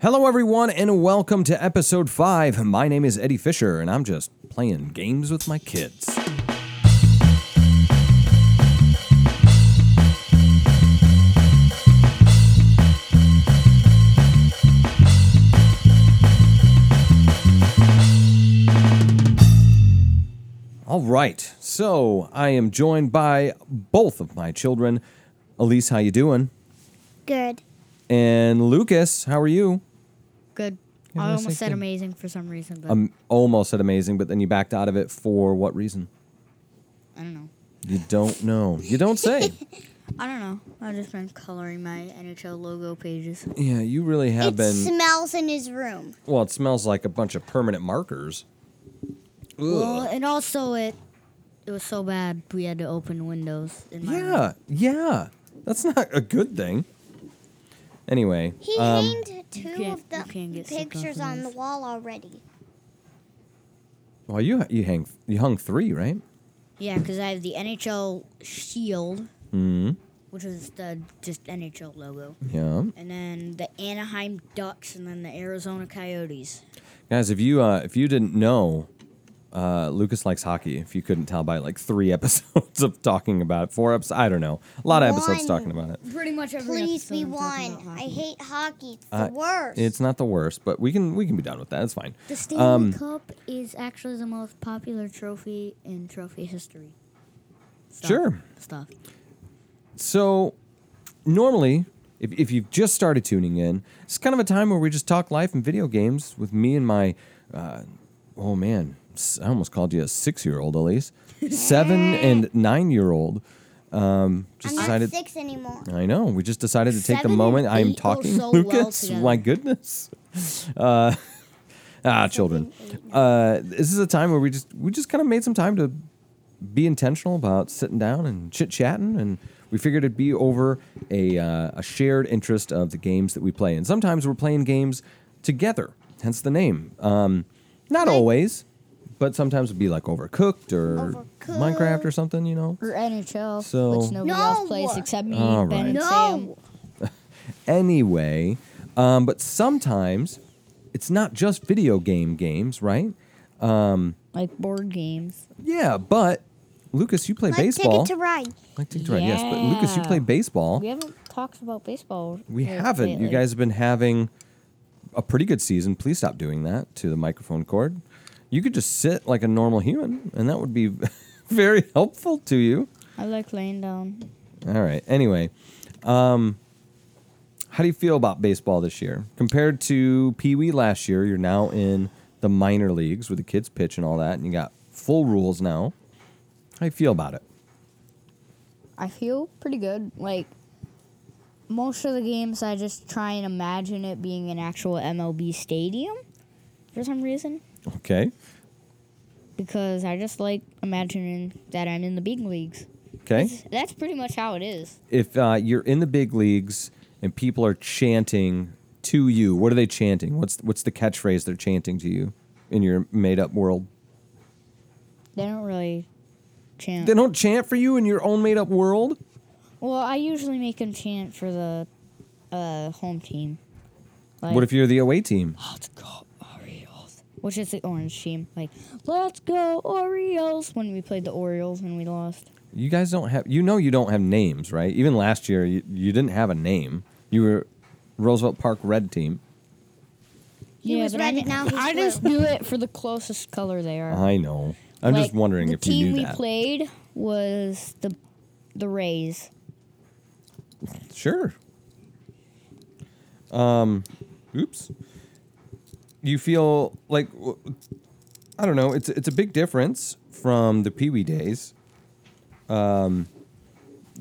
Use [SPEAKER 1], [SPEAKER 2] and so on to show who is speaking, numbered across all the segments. [SPEAKER 1] Hello, everyone, and welcome to episode five. My name is Eddie Fisher, and I'm just playing games with my kids. All right, so I am joined by both of my children. Elise, how you doing?
[SPEAKER 2] Good.
[SPEAKER 1] And Lucas, how are you?
[SPEAKER 3] Good.
[SPEAKER 1] I
[SPEAKER 3] I
[SPEAKER 1] was
[SPEAKER 3] almost said
[SPEAKER 1] thinking-
[SPEAKER 3] amazing for some reason, but
[SPEAKER 1] Um, almost said amazing, but then you backed out of it for what reason?
[SPEAKER 3] I don't know.
[SPEAKER 1] You don't know. You don't say.
[SPEAKER 3] I don't know. I've just been coloring my NHL logo pages.
[SPEAKER 1] yeah, you really have
[SPEAKER 2] it
[SPEAKER 1] been.
[SPEAKER 2] smells in his room.
[SPEAKER 1] well, it smells like a bunch of permanent markers.
[SPEAKER 3] Well, and also it it was so bad we had to open windows. In my room.
[SPEAKER 1] Yeah, yeah. That's not a good thing. Anyway,
[SPEAKER 2] He
[SPEAKER 1] um,
[SPEAKER 2] hanged two
[SPEAKER 3] can't-
[SPEAKER 2] of
[SPEAKER 3] you can't
[SPEAKER 2] the
[SPEAKER 3] get sick
[SPEAKER 2] pictures
[SPEAKER 3] off of
[SPEAKER 2] on the
[SPEAKER 3] this.
[SPEAKER 2] wall already.
[SPEAKER 1] well, you you hang you hung three, right?
[SPEAKER 3] Yeah, because I have the NHL shield,
[SPEAKER 1] Mm-hmm.
[SPEAKER 3] which is the just NHL logo,
[SPEAKER 1] Yeah,
[SPEAKER 3] and then the Anaheim Ducks, and then the Arizona Coyotes.
[SPEAKER 1] guys. If you uh, if you didn't know, uh, Lucas likes hockey. If you couldn't tell by like three episodes of talking about it, four episodes, I don't know, a lot of episodes
[SPEAKER 2] One.
[SPEAKER 1] talking about it.
[SPEAKER 3] Pretty much every
[SPEAKER 2] Please
[SPEAKER 3] episode
[SPEAKER 2] be
[SPEAKER 3] I'm talking
[SPEAKER 2] one.
[SPEAKER 3] about
[SPEAKER 2] I
[SPEAKER 3] hockey.
[SPEAKER 2] hate hockey. It's
[SPEAKER 1] Uh,
[SPEAKER 2] the worst.
[SPEAKER 1] It's not the worst, but we can we can be done with that. It's fine.
[SPEAKER 3] The Stanley
[SPEAKER 1] Um,
[SPEAKER 3] Cup is actually the most popular trophy in trophy history. Stop.
[SPEAKER 1] Sure.
[SPEAKER 3] Stop.
[SPEAKER 1] So, normally, if, if you've just started tuning in, it's kind of a time where we just talk life and video games with me and my, uh, oh man, s- I almost called you a six year old, Elise, seven and nine year old. Um, just
[SPEAKER 2] I'm
[SPEAKER 1] decided.
[SPEAKER 2] not six anymore.
[SPEAKER 1] I know. We just decided to take the
[SPEAKER 3] Seven and
[SPEAKER 1] moment I am
[SPEAKER 3] eight go
[SPEAKER 1] talking,
[SPEAKER 3] so well
[SPEAKER 1] Lucas.
[SPEAKER 3] together.
[SPEAKER 1] my goodness. Uh, ah, children. Uh, this is a time where we just we just kind of made some time to be intentional about sitting down and chit chatting, and we figured it'd be over a uh, a shared interest of the games that we play, and sometimes we're playing games together. Hence the name. Um, not always, but sometimes it'd be like Overcooked or Minecraft or
[SPEAKER 2] Overcooked.
[SPEAKER 1] something. You know.
[SPEAKER 3] Or NHL,
[SPEAKER 1] So-
[SPEAKER 3] which nobody
[SPEAKER 2] No.
[SPEAKER 3] else plays except me,
[SPEAKER 1] All
[SPEAKER 3] Ben,
[SPEAKER 1] right.
[SPEAKER 3] and
[SPEAKER 2] No.
[SPEAKER 3] Sam.
[SPEAKER 1] anyway. Um, but sometimes it's not just video game games, right?
[SPEAKER 3] Like board games.
[SPEAKER 1] Yeah, but Lucas, you play
[SPEAKER 2] Like
[SPEAKER 1] baseball.
[SPEAKER 2] Ticket to Ride.
[SPEAKER 1] like Ticket to Ride, yes. But Lucas, you
[SPEAKER 3] Yeah.
[SPEAKER 1] play baseball.
[SPEAKER 3] We haven't talked about baseball.
[SPEAKER 1] Oh. We
[SPEAKER 3] like,
[SPEAKER 1] haven't. You
[SPEAKER 3] lately.
[SPEAKER 1] guys have been having a pretty good season. Please stop doing that to the microphone cord. You could just sit like a normal human, and that would be very helpful to you.
[SPEAKER 3] I like laying down.
[SPEAKER 1] All right. Anyway, um, how do you feel about baseball this year compared to Pee Wee last year? You're now in the minor leagues where the kids pitch and all that, and you got full rules now. How do you feel about it?
[SPEAKER 3] I feel pretty good. Like most of the games, I just try and imagine it being an actual MLB stadium for some reason.
[SPEAKER 1] Okay.
[SPEAKER 3] Because I just like imagining that I'm in the big leagues.
[SPEAKER 1] Okay.
[SPEAKER 3] That's pretty much how it is.
[SPEAKER 1] if uh, you're in the big leagues and people are chanting to you, what are they chanting? What's what's the catchphrase they're chanting to you in your made up world?
[SPEAKER 3] They don't really chant.
[SPEAKER 1] They don't chant for you in your own made up world.
[SPEAKER 3] well, I usually make them chant for the uh, home team. Like,
[SPEAKER 1] What if you're the away team?
[SPEAKER 3] Let's go Orioles. Which is the orange team. Like, let's go Orioles when we played the Orioles and we lost.
[SPEAKER 1] You guys don't have. You know you don't have names, right? Even last year, you, you didn't have a name. You were Roosevelt Park Red Team.
[SPEAKER 2] He was
[SPEAKER 3] but I
[SPEAKER 2] red,
[SPEAKER 3] ju-
[SPEAKER 2] now he's
[SPEAKER 3] I
[SPEAKER 2] blue.
[SPEAKER 3] just do it for the closest color they are.
[SPEAKER 1] I know. Uh-huh. I'm just
[SPEAKER 3] Like,
[SPEAKER 1] wondering
[SPEAKER 3] the
[SPEAKER 1] if you
[SPEAKER 3] team
[SPEAKER 1] knew
[SPEAKER 3] we
[SPEAKER 1] that.
[SPEAKER 3] played was the the Rays.
[SPEAKER 1] Sure. Um, oops. You feel like w- I don't know. It's it's a big difference from the Pee Wee days. Um,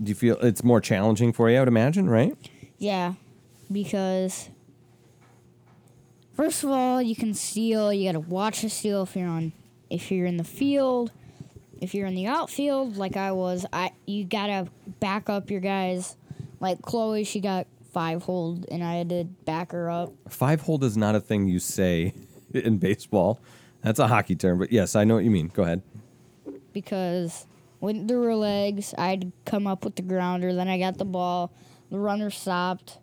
[SPEAKER 1] do you feel it's more challenging for you? I would imagine, right?
[SPEAKER 3] Yeah, because first of all, you can steal. You gotta watch the steal if you're on, if you're in the field, if you're in the outfield, like I was. I you gotta back up your guys. Like Chloe, she got five hold, and I had to back her up.
[SPEAKER 1] Five hold is not a thing you say in baseball. That's a hockey term, but yes, I know what you mean. Go ahead.
[SPEAKER 3] because went through her legs. I'd come up with the grounder. Then I got the ball. The runner stopped.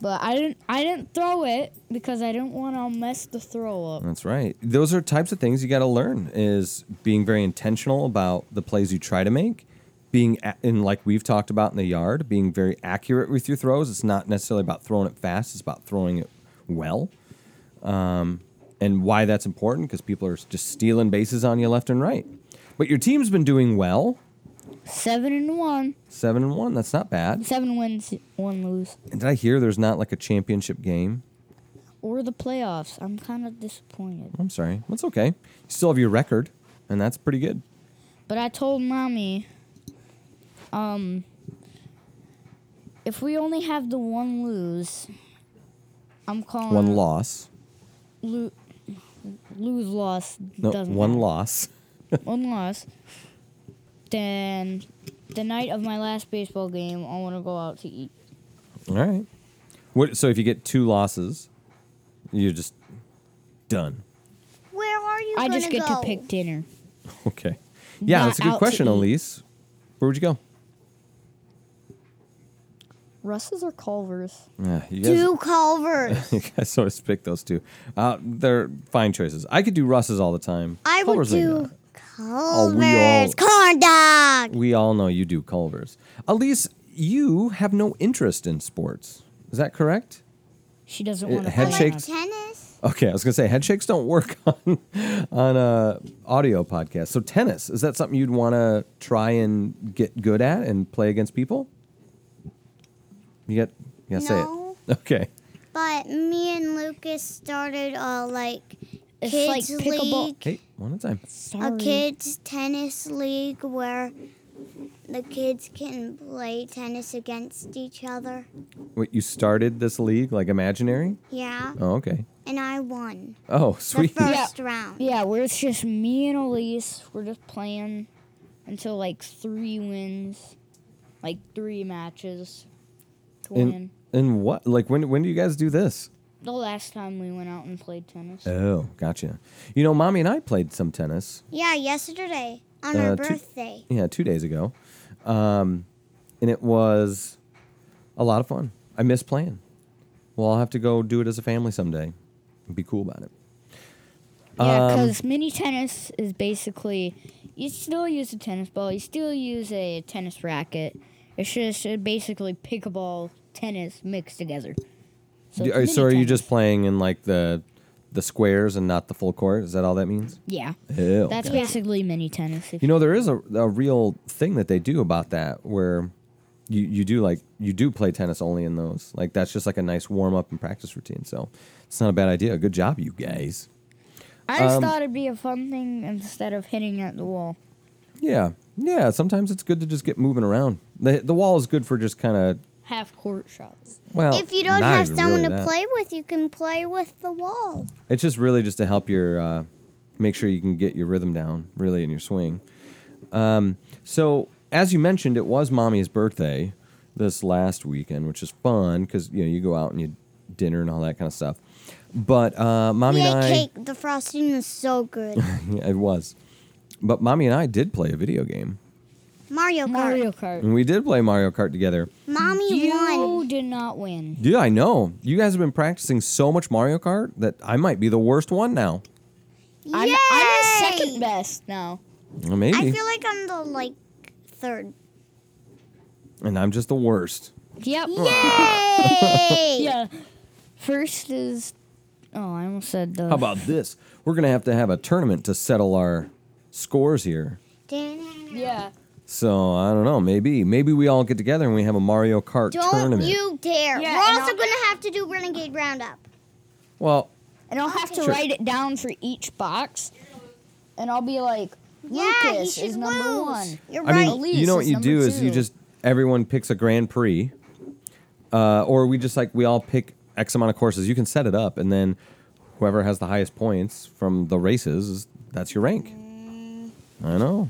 [SPEAKER 3] But I didn't I didn't throw it because I didn't want to mess the throw up.
[SPEAKER 1] That's right. Those are types of things you got to learn is being very intentional about the plays you try to make, being a- in like we've talked about in the yard, being very accurate with your throws. It's not necessarily about throwing it fast, it's about throwing it well. Um, and why that's important because people are just stealing bases on you left and right. But your team's been doing well.
[SPEAKER 3] 7 and 1,
[SPEAKER 1] Seven and one, that's not bad.
[SPEAKER 3] 7 wins, 1 lose
[SPEAKER 1] And did I hear there's not like a championship game?
[SPEAKER 3] or the playoffs. I'm kind of disappointed.
[SPEAKER 1] I'm sorry. That's okay. You still have your record, and that's pretty good.
[SPEAKER 3] But I told mommy, um, if we only have the one lose, I'm calling
[SPEAKER 1] One loss.
[SPEAKER 3] Lo- lose loss
[SPEAKER 1] No,
[SPEAKER 3] doesn't
[SPEAKER 1] one
[SPEAKER 3] matter.
[SPEAKER 1] loss.
[SPEAKER 3] one loss. Then the night of my last baseball game, I want to go out to eat.
[SPEAKER 1] All right. What? So if you get two losses, you're just done.
[SPEAKER 2] Where are you
[SPEAKER 3] I
[SPEAKER 2] gonna
[SPEAKER 3] just get
[SPEAKER 2] go?
[SPEAKER 3] to pick dinner.
[SPEAKER 1] Okay. Yeah,
[SPEAKER 3] Not
[SPEAKER 1] that's a
[SPEAKER 3] out
[SPEAKER 1] good
[SPEAKER 3] to
[SPEAKER 1] question,
[SPEAKER 3] eat.
[SPEAKER 1] Elise. Where would you go?
[SPEAKER 3] Russ's or Culver's?
[SPEAKER 1] Uh, you guys,
[SPEAKER 2] Two Culvers.
[SPEAKER 1] you guys always pick those two. Uh, they're fine choices. I could do Russ's all the time.
[SPEAKER 2] I would
[SPEAKER 1] Culver's ain't
[SPEAKER 2] do
[SPEAKER 1] that.
[SPEAKER 3] Oh,
[SPEAKER 1] we all-
[SPEAKER 2] Culvers corn dog.
[SPEAKER 1] We all know you do Culver's. Elise, you have no interest in sports. Is that correct?
[SPEAKER 3] She doesn't
[SPEAKER 1] Uh,
[SPEAKER 3] want to.
[SPEAKER 1] head
[SPEAKER 2] Like
[SPEAKER 1] shakes.
[SPEAKER 2] tennis.
[SPEAKER 1] Okay, I was gonna say head shakes don't work on on a audio podcast. So tennis is that something you'd want to try and get good at and play against people? You got, you gotta
[SPEAKER 2] No.
[SPEAKER 1] say it. Okay,
[SPEAKER 2] But me and Lucas started a like
[SPEAKER 3] It's like
[SPEAKER 2] kids
[SPEAKER 3] pickleball.
[SPEAKER 2] league,
[SPEAKER 1] hey, one at a time.
[SPEAKER 3] Sorry.
[SPEAKER 2] a kids tennis league where the kids can play tennis against each other.
[SPEAKER 1] Wait, you started this league like imaginary?
[SPEAKER 2] Yeah,
[SPEAKER 1] Oh, okay.
[SPEAKER 2] and I won
[SPEAKER 1] Oh,
[SPEAKER 2] the
[SPEAKER 1] sweet.
[SPEAKER 2] first round.
[SPEAKER 3] Yeah, where it's just me and Elise. We're just playing until like three wins, like three matches to
[SPEAKER 1] And,
[SPEAKER 3] win.
[SPEAKER 1] and what? Like when? When do you guys do this?
[SPEAKER 3] The last time we went out and played tennis.
[SPEAKER 1] Oh, gotcha. You know, mommy and I played some tennis.
[SPEAKER 2] Yeah, yesterday on
[SPEAKER 1] Uh,
[SPEAKER 2] our
[SPEAKER 1] two-
[SPEAKER 2] birthday.
[SPEAKER 1] yeah, two days ago, um, and it was a lot of fun. I miss playing. Well, I'll have to go do it as a family someday. Be cool about it.
[SPEAKER 3] Yeah,
[SPEAKER 1] Um,
[SPEAKER 3] because mini tennis is basically you still use a tennis ball, you still use a tennis racket. It's just uh, basically pickleball tennis mixed together. So,
[SPEAKER 1] Do-
[SPEAKER 3] it's
[SPEAKER 1] are-
[SPEAKER 3] mini
[SPEAKER 1] so are you
[SPEAKER 3] tennis.
[SPEAKER 1] just playing in like the the squares and not the full court? Is that all that means?
[SPEAKER 3] yeah?
[SPEAKER 1] Ew.
[SPEAKER 3] That's
[SPEAKER 1] Okay.
[SPEAKER 3] basically mini tennis. If
[SPEAKER 1] You know, there is a, a real thing that they do about that where you, you do like you do play tennis only in those. Like that's just like a nice warm up and practice routine. So it's not a bad idea. Good job, you guys.
[SPEAKER 3] I
[SPEAKER 1] Um,
[SPEAKER 3] just thought it'd be a fun thing instead of hitting at the wall.
[SPEAKER 1] Yeah, yeah. Sometimes it's good to just get moving around. the The wall is good for just kind of
[SPEAKER 3] Half court shots.
[SPEAKER 1] well.
[SPEAKER 2] If you don't
[SPEAKER 1] not
[SPEAKER 2] have
[SPEAKER 1] even
[SPEAKER 2] someone
[SPEAKER 1] really
[SPEAKER 2] to
[SPEAKER 1] that.
[SPEAKER 2] play with, you can play with the wall.
[SPEAKER 1] it's just really just to help your uh, make sure you can get your rhythm down really in your swing. Um, so as you mentioned, it was mommy's birthday this last weekend, which is fun because you know you go out and you dinner and all that kind of stuff. But uh, mommy
[SPEAKER 2] We
[SPEAKER 1] and
[SPEAKER 2] had
[SPEAKER 1] I,
[SPEAKER 2] cake. The frosting was so good.
[SPEAKER 1] Yeah, it was. But mommy and I did play a video game,
[SPEAKER 2] Mario Kart.
[SPEAKER 3] Mario Kart.
[SPEAKER 1] and we did play Mario Kart together.
[SPEAKER 2] Mommy
[SPEAKER 3] You
[SPEAKER 2] won.
[SPEAKER 3] did not win.
[SPEAKER 1] Yeah, I know. You guys have been practicing so much Mario Kart that I might be the worst one now.
[SPEAKER 3] I'm,
[SPEAKER 2] Yay!
[SPEAKER 3] I'm second best now.
[SPEAKER 1] Well, maybe.
[SPEAKER 2] I feel like I'm the like third.
[SPEAKER 1] and I'm just the worst.
[SPEAKER 3] Yep.
[SPEAKER 2] Yay!
[SPEAKER 3] Yeah. First is. Oh, I almost said the.
[SPEAKER 1] How about this? We're going to have to have a tournament to settle our scores here.
[SPEAKER 3] Yeah.
[SPEAKER 1] So, I don't know. Maybe. Maybe we all get together and we have a Mario Kart
[SPEAKER 2] Don't
[SPEAKER 1] tournament.
[SPEAKER 2] you dare.
[SPEAKER 3] Yeah,
[SPEAKER 2] We're
[SPEAKER 3] and
[SPEAKER 2] also
[SPEAKER 3] I'll-
[SPEAKER 2] going to have to do Renegade Roundup.
[SPEAKER 1] Well,
[SPEAKER 3] And I'll have to
[SPEAKER 1] Sure.
[SPEAKER 3] write it down for each box. And I'll be like,
[SPEAKER 2] yeah, he
[SPEAKER 3] Lucas
[SPEAKER 2] should
[SPEAKER 3] is number
[SPEAKER 2] lose.
[SPEAKER 3] one.
[SPEAKER 2] You're
[SPEAKER 1] I
[SPEAKER 2] right.
[SPEAKER 1] mean,
[SPEAKER 3] Elise
[SPEAKER 1] you know what
[SPEAKER 3] is
[SPEAKER 1] you
[SPEAKER 3] number
[SPEAKER 1] do is you
[SPEAKER 3] two.
[SPEAKER 1] just everyone picks a Grand Prix, uh, or we just like we all pick X amount of courses. You can set it up, and then whoever has the highest points from the races, that's your rank. I know.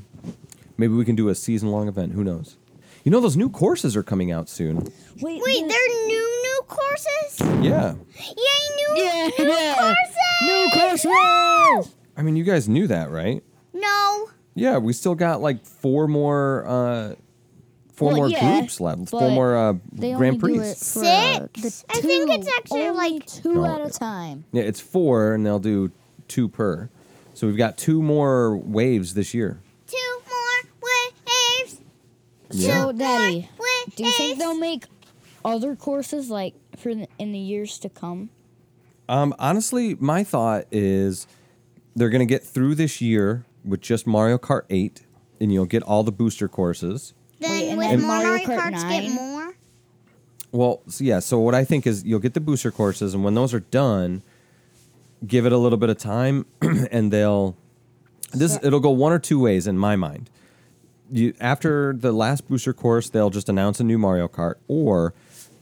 [SPEAKER 1] Maybe we can do a season long event. Who knows? You know those new courses are coming out soon.
[SPEAKER 3] Wait,
[SPEAKER 2] Wait, they're new new courses?
[SPEAKER 1] Yeah.
[SPEAKER 2] Yay, new
[SPEAKER 3] Yeah.
[SPEAKER 2] new courses!
[SPEAKER 3] New course
[SPEAKER 1] I mean, you guys knew that, right?
[SPEAKER 2] No.
[SPEAKER 1] Yeah, we still got like four more uh, four
[SPEAKER 3] Well,
[SPEAKER 1] more
[SPEAKER 3] yeah,
[SPEAKER 1] groups left. Four
[SPEAKER 3] but
[SPEAKER 1] more uh,
[SPEAKER 3] They
[SPEAKER 1] Grand
[SPEAKER 3] only
[SPEAKER 1] Prix.
[SPEAKER 3] do it for
[SPEAKER 2] Six?
[SPEAKER 3] the
[SPEAKER 2] I think
[SPEAKER 3] two-
[SPEAKER 2] it's actually
[SPEAKER 3] only
[SPEAKER 2] like-
[SPEAKER 3] two
[SPEAKER 1] No.
[SPEAKER 3] at a time.
[SPEAKER 1] Yeah, it's four, and they'll do two per. So we've got two more waves this year.
[SPEAKER 2] Two more waves.
[SPEAKER 1] Yeah.
[SPEAKER 3] So, Daddy,
[SPEAKER 2] Waves.
[SPEAKER 3] do you think they'll make other courses like for the, in the years to come?
[SPEAKER 1] Um, honestly, my thought is they're going to get through this year with just Mario Kart 8, and you'll get all the booster courses.
[SPEAKER 3] Wait,
[SPEAKER 2] Then
[SPEAKER 3] and
[SPEAKER 2] with
[SPEAKER 3] then
[SPEAKER 2] more
[SPEAKER 3] Mario
[SPEAKER 2] Mario
[SPEAKER 3] Kart
[SPEAKER 2] Karts get
[SPEAKER 3] 9?
[SPEAKER 2] more?
[SPEAKER 1] Well, so yeah. So what I think is you'll get the booster courses, and when those are done, give it a little bit of time, and they'll this
[SPEAKER 3] So-
[SPEAKER 1] it'll go one or two ways in my mind. You after the last booster course, they'll just announce a new Mario Kart, or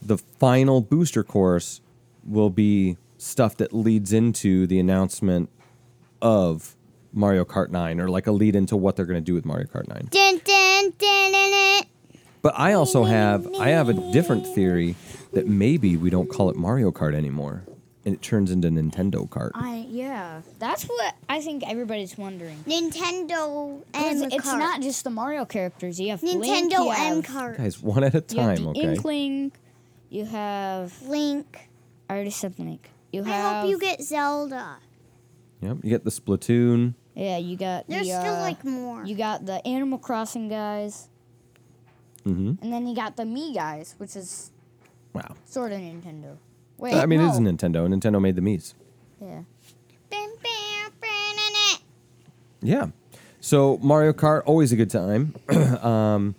[SPEAKER 1] the final booster course will be stuff that leads into the announcement of Mario Kart 9 or like a lead into what they're going to do with Mario Kart 9.
[SPEAKER 2] Dun, dun, dun, dun, dun.
[SPEAKER 1] But I also have I have a different theory that maybe we don't call it Mario Kart anymore, and it turns into Nintendo Kart.
[SPEAKER 3] I yeah. That's what I think everybody's wondering.
[SPEAKER 2] Nintendo
[SPEAKER 3] 'Cause
[SPEAKER 2] M
[SPEAKER 3] it's
[SPEAKER 2] Kart.
[SPEAKER 3] not just the Mario characters. You have Link, you
[SPEAKER 2] Nintendo M
[SPEAKER 3] have,
[SPEAKER 2] Kart.
[SPEAKER 1] Guys, one at a
[SPEAKER 3] you have
[SPEAKER 1] time,
[SPEAKER 3] the
[SPEAKER 1] okay?
[SPEAKER 3] Inkling. You have
[SPEAKER 2] Link.
[SPEAKER 3] I already said Link. You
[SPEAKER 2] I
[SPEAKER 3] have
[SPEAKER 2] hope you get Zelda.
[SPEAKER 1] Yep, you get the Splatoon.
[SPEAKER 3] yeah. You got
[SPEAKER 2] There's
[SPEAKER 3] the,
[SPEAKER 2] still
[SPEAKER 3] uh,
[SPEAKER 2] like more.
[SPEAKER 3] You got the Animal Crossing guys,
[SPEAKER 1] Mm-hmm.
[SPEAKER 3] and then you got the Me guys, which is
[SPEAKER 1] Wow.
[SPEAKER 3] sort of Nintendo. Wait,
[SPEAKER 1] I mean,
[SPEAKER 3] no.
[SPEAKER 1] it is Nintendo. Nintendo made the Mii's.
[SPEAKER 3] Yeah.
[SPEAKER 2] Bam, bam, bam, dun, dun.
[SPEAKER 1] Yeah. So Mario Kart always a good time. um,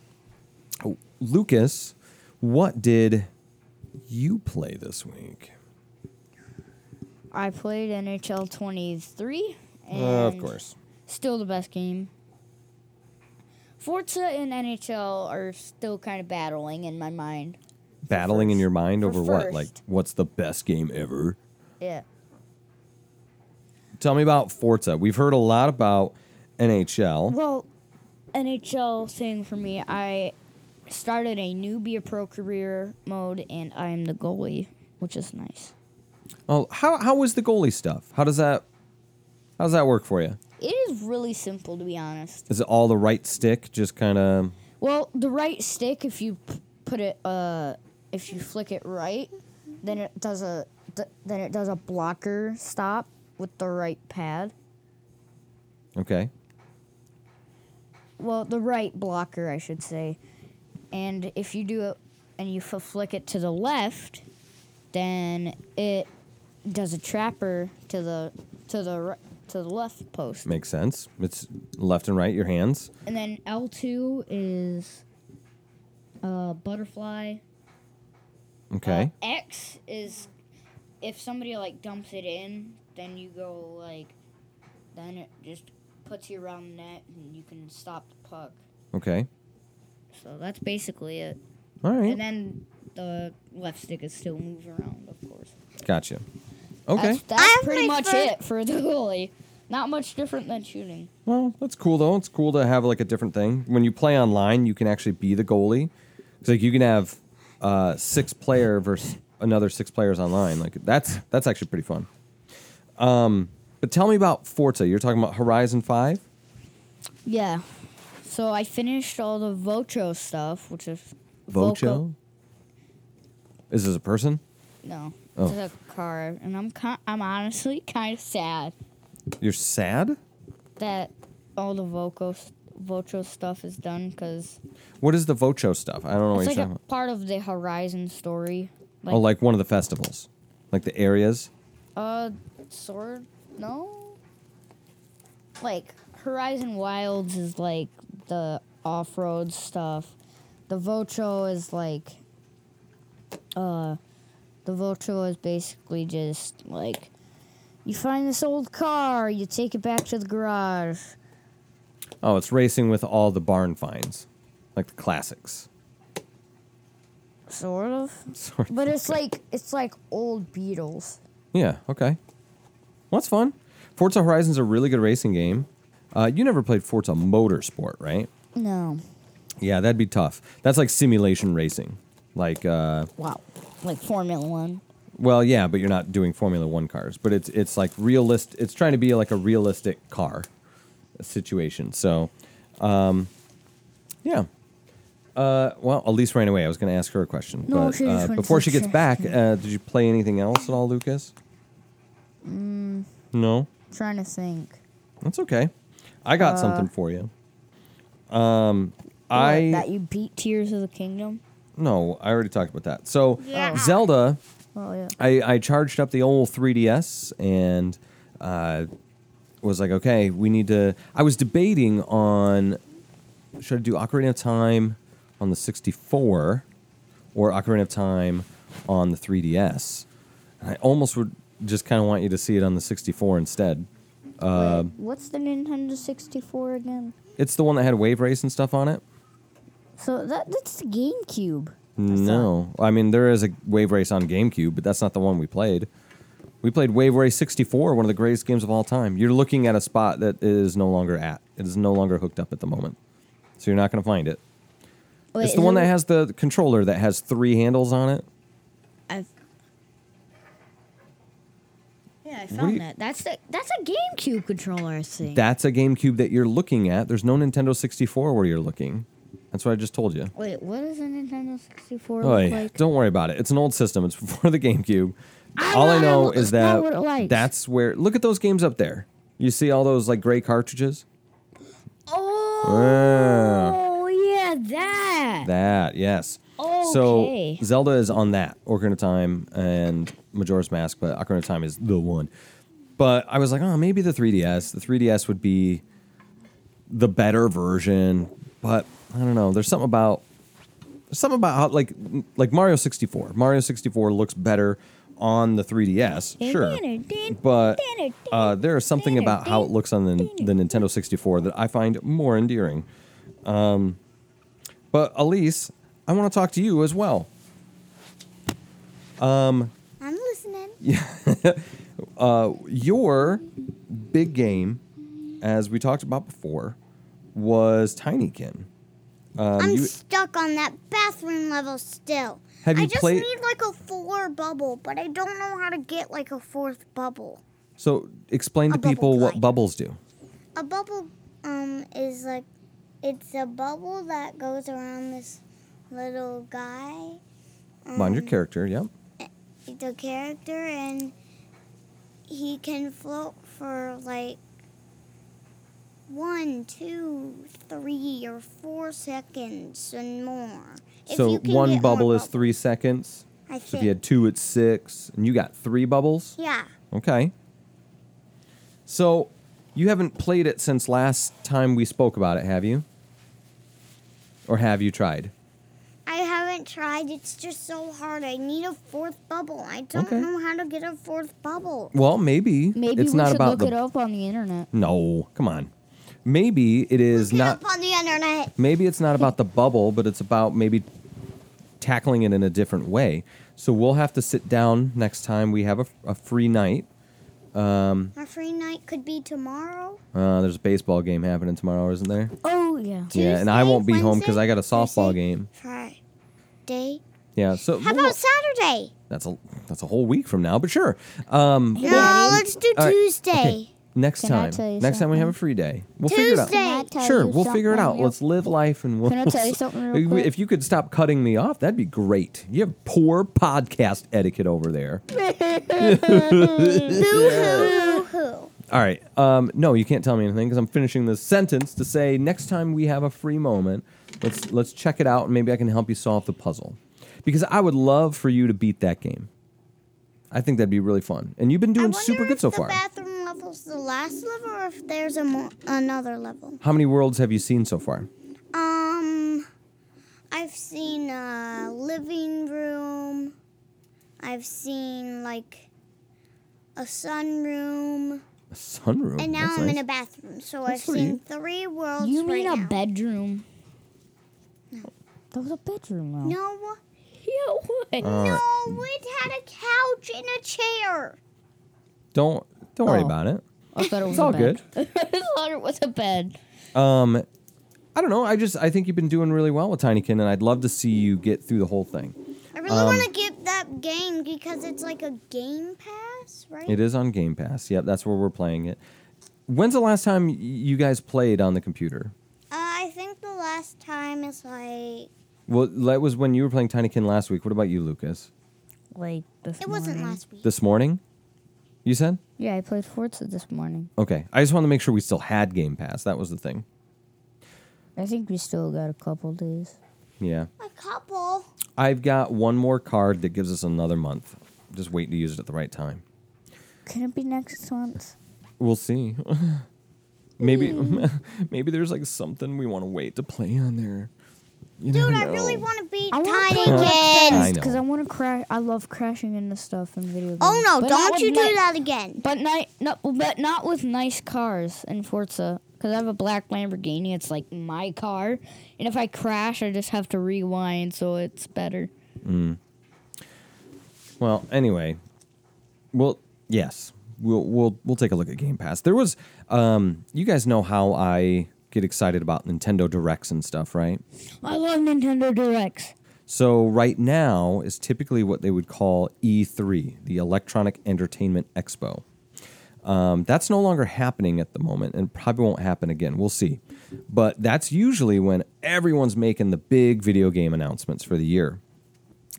[SPEAKER 1] oh, Lucas, what did you play this week?
[SPEAKER 3] I played NHL 23. And
[SPEAKER 1] of course.
[SPEAKER 3] Still the best game. Forza and NHL are still kind of battling in my mind.
[SPEAKER 1] Battling in your mind
[SPEAKER 3] for
[SPEAKER 1] over what?
[SPEAKER 3] first.
[SPEAKER 1] Like, what's the best game ever?
[SPEAKER 3] Yeah.
[SPEAKER 1] Tell me about Forza. We've heard a lot about NHL.
[SPEAKER 3] Well, NHL thing for me, I started a new be a pro career mode, and I am the goalie, which is nice.
[SPEAKER 1] Oh, how how was the goalie stuff? How does that how does that work for you?
[SPEAKER 3] It is really simple, to be honest.
[SPEAKER 1] Is it all the right stick? Just kind of
[SPEAKER 3] Well, the right stick, if you p- put it, uh, if you flick it right, then it does a th- then it does a blocker stop with the right pad.
[SPEAKER 1] okay.
[SPEAKER 3] Well, the right blocker, I should say. And if you do it and you f- flick it to the left, then it does a trapper to the to the ri- to the left post.
[SPEAKER 1] Makes sense. It's left and right your hands.
[SPEAKER 3] And then L two is uh, butterfly.
[SPEAKER 1] Okay.
[SPEAKER 3] Uh, X is if somebody like dumps it in, then you go like, then it just puts you around the net and you can stop the puck.
[SPEAKER 1] Okay.
[SPEAKER 3] So that's basically it.
[SPEAKER 1] All
[SPEAKER 3] And
[SPEAKER 1] right.
[SPEAKER 3] then the left stick is still moves around, of course.
[SPEAKER 1] Gotcha. Okay.
[SPEAKER 3] That's, that's
[SPEAKER 2] have
[SPEAKER 3] pretty
[SPEAKER 2] my
[SPEAKER 3] much
[SPEAKER 2] first-
[SPEAKER 3] it for the goalie. Not much different than shooting.
[SPEAKER 1] Well, that's cool though. It's cool to have like a different thing. When you play online, you can actually be the goalie. It's like you can have uh, six player versus another six players online. Like that's that's actually pretty fun. Um, but tell me about Forza. You're talking about Horizon Five.
[SPEAKER 3] Yeah. So I finished all the Vocho stuff, which is
[SPEAKER 1] Vocho. Is this a person?
[SPEAKER 3] No,
[SPEAKER 1] Oh.
[SPEAKER 3] it's a car, and I'm ki- I'm honestly kind of sad.
[SPEAKER 1] You're sad.
[SPEAKER 3] that all the vocal Vocho stuff is done because
[SPEAKER 1] What is the Vocho stuff? I don't know what
[SPEAKER 3] it's
[SPEAKER 1] Oh, you're
[SPEAKER 3] like
[SPEAKER 1] talking
[SPEAKER 3] a
[SPEAKER 1] about.
[SPEAKER 3] part of the Horizon story. Like,
[SPEAKER 1] oh, like one of the festivals, like the areas.
[SPEAKER 3] uh, sword? No. Like Horizon Wilds is like the off-road stuff. The Vocho is like, uh, the Vocho is basically just like, you find this old car, you take it back to the garage.
[SPEAKER 1] Oh, it's racing with all the barn finds, like the classics.
[SPEAKER 3] Sort of.
[SPEAKER 1] Sort of.
[SPEAKER 3] But it's like it's like old Beatles.
[SPEAKER 1] Yeah. Okay. Well, that's fun. Forza Horizon's a really good racing game. Uh, you never played Forza Motorsport, right?
[SPEAKER 3] No.
[SPEAKER 1] Yeah, that'd be tough. That's like simulation racing. Like, uh,
[SPEAKER 3] Wow. Like Formula One.
[SPEAKER 1] well, yeah, but you're not doing Formula One cars. But it's it's like realist. It's trying to be like a realistic car situation. So, um, yeah. Uh, well, Elise ran away. I was going to ask her a question,
[SPEAKER 3] No,
[SPEAKER 1] but
[SPEAKER 3] she just
[SPEAKER 1] uh,
[SPEAKER 3] went
[SPEAKER 1] before
[SPEAKER 3] to
[SPEAKER 1] she gets
[SPEAKER 3] check.
[SPEAKER 1] back, uh, did you play anything else at all, Lucas?
[SPEAKER 3] Mm.
[SPEAKER 1] No,
[SPEAKER 3] trying to think.
[SPEAKER 1] that's okay. I got something for you. Um, I
[SPEAKER 3] What, that you beat Tears of the Kingdom.
[SPEAKER 1] no, I already talked about that. So
[SPEAKER 2] Yeah. Oh.
[SPEAKER 1] Zelda,
[SPEAKER 3] Oh yeah.
[SPEAKER 1] I, I charged up the old 3DS and uh, was like, okay, we need to. I was debating on should I do Ocarina of Time on the 64 or Ocarina of Time on the 3DS. And I almost would just kind of want you to see it on the 64 instead.
[SPEAKER 3] Wait, what's the Nintendo 64 again?
[SPEAKER 1] It's the one that had Wave Race and stuff on it.
[SPEAKER 3] So that that's the GameCube.
[SPEAKER 1] No, I mean there is a Wave Race on GameCube, but that's not the one we played. We played Wave Race 64, one of the greatest games of all time. You're looking at a spot that it is no longer at. It is no longer hooked up at the moment, so you're not going to find it.
[SPEAKER 3] Wait,
[SPEAKER 1] it's
[SPEAKER 3] is
[SPEAKER 1] the one
[SPEAKER 3] it-
[SPEAKER 1] that has the controller that has three handles on it.
[SPEAKER 3] I've-
[SPEAKER 4] Yeah, I
[SPEAKER 1] do
[SPEAKER 4] found
[SPEAKER 1] you-
[SPEAKER 4] that.
[SPEAKER 3] that's a that's a GameCube controller, I think.
[SPEAKER 1] That's a GameCube that you're looking at. There's no Nintendo 64 where you're looking. That's what I just told you.
[SPEAKER 3] Wait, what is a Nintendo 64
[SPEAKER 1] Oy,
[SPEAKER 3] look Oh, like?
[SPEAKER 1] Oh, don't worry about it. It's an old system. It's before the GameCube.
[SPEAKER 3] I
[SPEAKER 1] all I
[SPEAKER 3] wanna
[SPEAKER 1] know
[SPEAKER 3] look-
[SPEAKER 1] is
[SPEAKER 3] know
[SPEAKER 1] that
[SPEAKER 3] what it likes.
[SPEAKER 1] that's where. Look at those games up there. You see all those like gray cartridges. Ah,
[SPEAKER 3] Oh yeah, that.
[SPEAKER 1] that yes.
[SPEAKER 3] Okay.
[SPEAKER 1] So Zelda is on that Ocarina of Time and Majora's Mask, but Ocarina of Time is the one. But I was like, oh, maybe the 3DS. The 3DS would be the better version, but I don't know. There's something about there's something about how like like Mario 64. Mario 64 looks better on the 3DS, sure, but uh, there is something about how it looks on the, the Nintendo 64 that I find more endearing. Um, but Elise, I want to talk to you as well.
[SPEAKER 2] I'm listening.
[SPEAKER 1] Your big game, as we talked about before, was Tinykin.
[SPEAKER 2] I'm
[SPEAKER 1] Um, you-
[SPEAKER 2] stuck on that bathroom level still.
[SPEAKER 1] Have
[SPEAKER 2] I
[SPEAKER 1] you
[SPEAKER 2] just
[SPEAKER 1] played-
[SPEAKER 2] need like a four bubble, but I don't know how to get like a fourth bubble.
[SPEAKER 1] So explain to
[SPEAKER 2] bubble
[SPEAKER 1] people what
[SPEAKER 2] glider.
[SPEAKER 1] bubbles do.
[SPEAKER 2] A bubble um is like it's a bubble that goes around this little guy, Mm. um,
[SPEAKER 1] Mind your character, yep.
[SPEAKER 2] the character and he can float for like one, two, three, or four seconds and more. If
[SPEAKER 1] So
[SPEAKER 2] you can
[SPEAKER 1] one
[SPEAKER 2] get more
[SPEAKER 1] bubble is
[SPEAKER 2] bubbles,
[SPEAKER 1] three seconds.
[SPEAKER 2] I
[SPEAKER 1] So
[SPEAKER 2] think.
[SPEAKER 1] if you had two, it's six, and you got three bubbles.
[SPEAKER 2] yeah.
[SPEAKER 1] Okay. So you haven't played it since last time we spoke about it, have you? Or have you tried?
[SPEAKER 2] I haven't tried. It's just so hard. I need a fourth bubble. I don't
[SPEAKER 1] Okay.
[SPEAKER 2] know how to get a fourth bubble.
[SPEAKER 1] Well, maybe.
[SPEAKER 3] Maybe
[SPEAKER 1] it's
[SPEAKER 3] we
[SPEAKER 1] not
[SPEAKER 3] should
[SPEAKER 1] about
[SPEAKER 3] look
[SPEAKER 1] the.
[SPEAKER 3] it up on the internet.
[SPEAKER 1] No, come on. Maybe it is
[SPEAKER 2] Look it
[SPEAKER 1] not.
[SPEAKER 2] up on the internet.
[SPEAKER 1] Maybe it's not about the bubble, but it's about maybe tackling it in a different way. So we'll have to sit down next time we have a, a free night.
[SPEAKER 2] Our free night could be tomorrow.
[SPEAKER 1] Uh, there's a baseball game happening tomorrow, isn't there?
[SPEAKER 3] Oh yeah.
[SPEAKER 1] yeah, and I
[SPEAKER 2] Tuesday,
[SPEAKER 1] won't be home because
[SPEAKER 2] Wednesday,
[SPEAKER 1] I got a softball
[SPEAKER 2] Thursday,
[SPEAKER 1] game.
[SPEAKER 2] Friday.
[SPEAKER 1] Yeah, so
[SPEAKER 2] How
[SPEAKER 1] we'll-
[SPEAKER 2] about Saturday?
[SPEAKER 1] that's a that's a whole week from now, but sure. Um,
[SPEAKER 2] No,
[SPEAKER 3] Daddy.
[SPEAKER 2] let's do
[SPEAKER 1] All right,
[SPEAKER 2] Tuesday.
[SPEAKER 1] okay, next
[SPEAKER 3] Can I
[SPEAKER 1] time, next
[SPEAKER 3] tell you
[SPEAKER 1] time we have a
[SPEAKER 3] something?
[SPEAKER 1] free day, we'll figure
[SPEAKER 2] Tuesday.
[SPEAKER 1] it
[SPEAKER 2] Can I
[SPEAKER 1] out.
[SPEAKER 3] tell
[SPEAKER 1] Sure,
[SPEAKER 3] you
[SPEAKER 1] we'll figure it out.
[SPEAKER 3] something real-
[SPEAKER 1] Let's live life and we'll.
[SPEAKER 3] Can I tell you something real
[SPEAKER 1] If-
[SPEAKER 3] quick?
[SPEAKER 1] If you could stop cutting me off, that'd be great. You have poor podcast etiquette over there.
[SPEAKER 2] Boo-hoo.
[SPEAKER 1] All right. Um, no, you can't tell me anything because I'm finishing this sentence to say next time we have a free moment, let's let's check it out and maybe I can help you solve the puzzle. Because I would love for you to beat that game. I think that'd be really fun. And you've been
[SPEAKER 2] I
[SPEAKER 1] doing
[SPEAKER 2] wonder
[SPEAKER 1] super good
[SPEAKER 2] if
[SPEAKER 1] so
[SPEAKER 2] the
[SPEAKER 1] far.
[SPEAKER 2] bathroom level's the last level or if there's a mo- another level.
[SPEAKER 1] How many worlds have you seen so far?
[SPEAKER 2] Um, I've seen a living room. I've seen like a sunroom,
[SPEAKER 1] A sunroom.
[SPEAKER 2] and now
[SPEAKER 1] Oh, That's
[SPEAKER 2] I'm
[SPEAKER 1] nice.
[SPEAKER 2] in a bathroom. So I've
[SPEAKER 1] pretty
[SPEAKER 2] seen three worlds.
[SPEAKER 3] You mean
[SPEAKER 2] right
[SPEAKER 3] a
[SPEAKER 2] now.
[SPEAKER 3] bedroom? That was a bedroom though.
[SPEAKER 2] No,
[SPEAKER 3] Yeah, what?
[SPEAKER 1] All right.
[SPEAKER 2] no, it had a couch and a chair.
[SPEAKER 1] Don't don't worry
[SPEAKER 3] Oh.
[SPEAKER 1] about it.
[SPEAKER 3] I thought it was
[SPEAKER 1] It's
[SPEAKER 3] a
[SPEAKER 1] all
[SPEAKER 3] bed.
[SPEAKER 1] good.
[SPEAKER 3] I thought it was a bed.
[SPEAKER 1] Um, I don't know. I just I think you've been doing really well with Tinykin, and I'd love to see you get through the whole thing.
[SPEAKER 2] I really
[SPEAKER 1] Um,
[SPEAKER 2] want to get that game because it's like a game pass, right?
[SPEAKER 1] It is on Game Pass. Yep, that's where we're playing it. When's the last time y- you guys played on the computer?
[SPEAKER 2] Uh, I think the last time is like
[SPEAKER 1] Well, that was when you were playing Tinykin last week. What about you, Lucas?
[SPEAKER 3] Like this
[SPEAKER 2] It wasn't
[SPEAKER 3] morning.
[SPEAKER 2] last week.
[SPEAKER 1] This morning, you said.
[SPEAKER 3] Yeah, I played Forza this morning.
[SPEAKER 1] Okay, I just wanted to make sure we still had Game Pass. That was the thing.
[SPEAKER 3] I think we still got a couple days.
[SPEAKER 1] Yeah,
[SPEAKER 2] A couple.
[SPEAKER 1] I've got one more card that gives us another month. Just wait to use it at the right time.
[SPEAKER 3] Can it be next month?
[SPEAKER 1] We'll see. maybe,
[SPEAKER 2] Hmm.
[SPEAKER 1] maybe there's like something we want to wait to play on there. You
[SPEAKER 2] Dude,
[SPEAKER 1] never
[SPEAKER 2] I really
[SPEAKER 1] know.
[SPEAKER 2] want to be
[SPEAKER 3] I wanna
[SPEAKER 2] tiny
[SPEAKER 3] play Rock
[SPEAKER 2] kid.
[SPEAKER 1] I
[SPEAKER 3] Fest, Cause
[SPEAKER 1] know.
[SPEAKER 3] I want to crash. I love crashing into stuff in video games.
[SPEAKER 1] Mm,
[SPEAKER 2] Oh no!
[SPEAKER 3] But not
[SPEAKER 2] don't
[SPEAKER 3] with
[SPEAKER 2] you do
[SPEAKER 3] ni-
[SPEAKER 2] that again.
[SPEAKER 3] But ni- no, but not with nice cars in Forza. Cause I have a black Lamborghini. It's like my car, and if I crash, I just have to rewind, so it's better.
[SPEAKER 1] Well, anyway, well, yes, we'll we'll we'll take a look at Game Pass. There was, um, you guys know how I get excited about Nintendo Directs and stuff, right?
[SPEAKER 3] I love Nintendo Directs.
[SPEAKER 1] So right now is typically what they would call E3, the Electronic Entertainment Expo. Um, that's no longer happening at the moment, and probably won't happen again. We'll see, but that's usually when everyone's making the big video game announcements for the year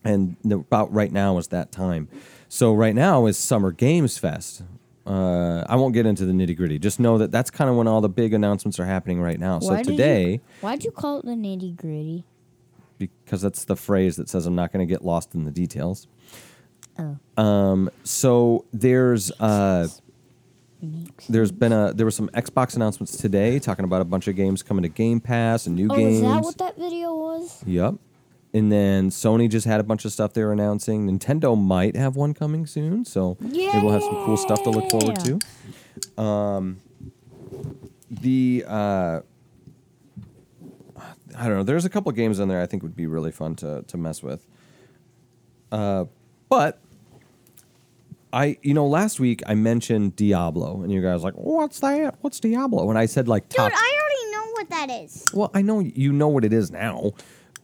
[SPEAKER 1] and the- about right now is that time. So right now is Summer Games Fest. Uh, I won't get into the nitty gritty. Just know that that's kind of when all the big announcements are happening right now.
[SPEAKER 3] Why
[SPEAKER 1] so
[SPEAKER 3] did you-
[SPEAKER 1] today,
[SPEAKER 3] Why'd you call it the nitty gritty?
[SPEAKER 1] because that's the phrase that says I'm not going to get lost in the details. Um,
[SPEAKER 3] Oh,
[SPEAKER 1] So there's uh,
[SPEAKER 3] makes
[SPEAKER 1] there's been a there were some Xbox announcements today talking about a bunch of games coming to Game Pass and new
[SPEAKER 3] Oh,
[SPEAKER 1] games.
[SPEAKER 3] is that what that video was?
[SPEAKER 1] Yep. And then Sony just had a bunch of stuff they were announcing. Nintendo might have one coming soon, so maybe we'll have some cool stuff to look forward to.
[SPEAKER 3] Yeah.
[SPEAKER 1] Um, the uh, I don't know. There's a couple games in there I think would be really fun to to mess with. Uh, but I, you know, last week I mentioned Diablo, and you guys were like, "What's that? What's Diablo?" And I said like,
[SPEAKER 2] Dude,
[SPEAKER 1] top
[SPEAKER 2] I already know what that is.
[SPEAKER 1] well, I know you know what it is now,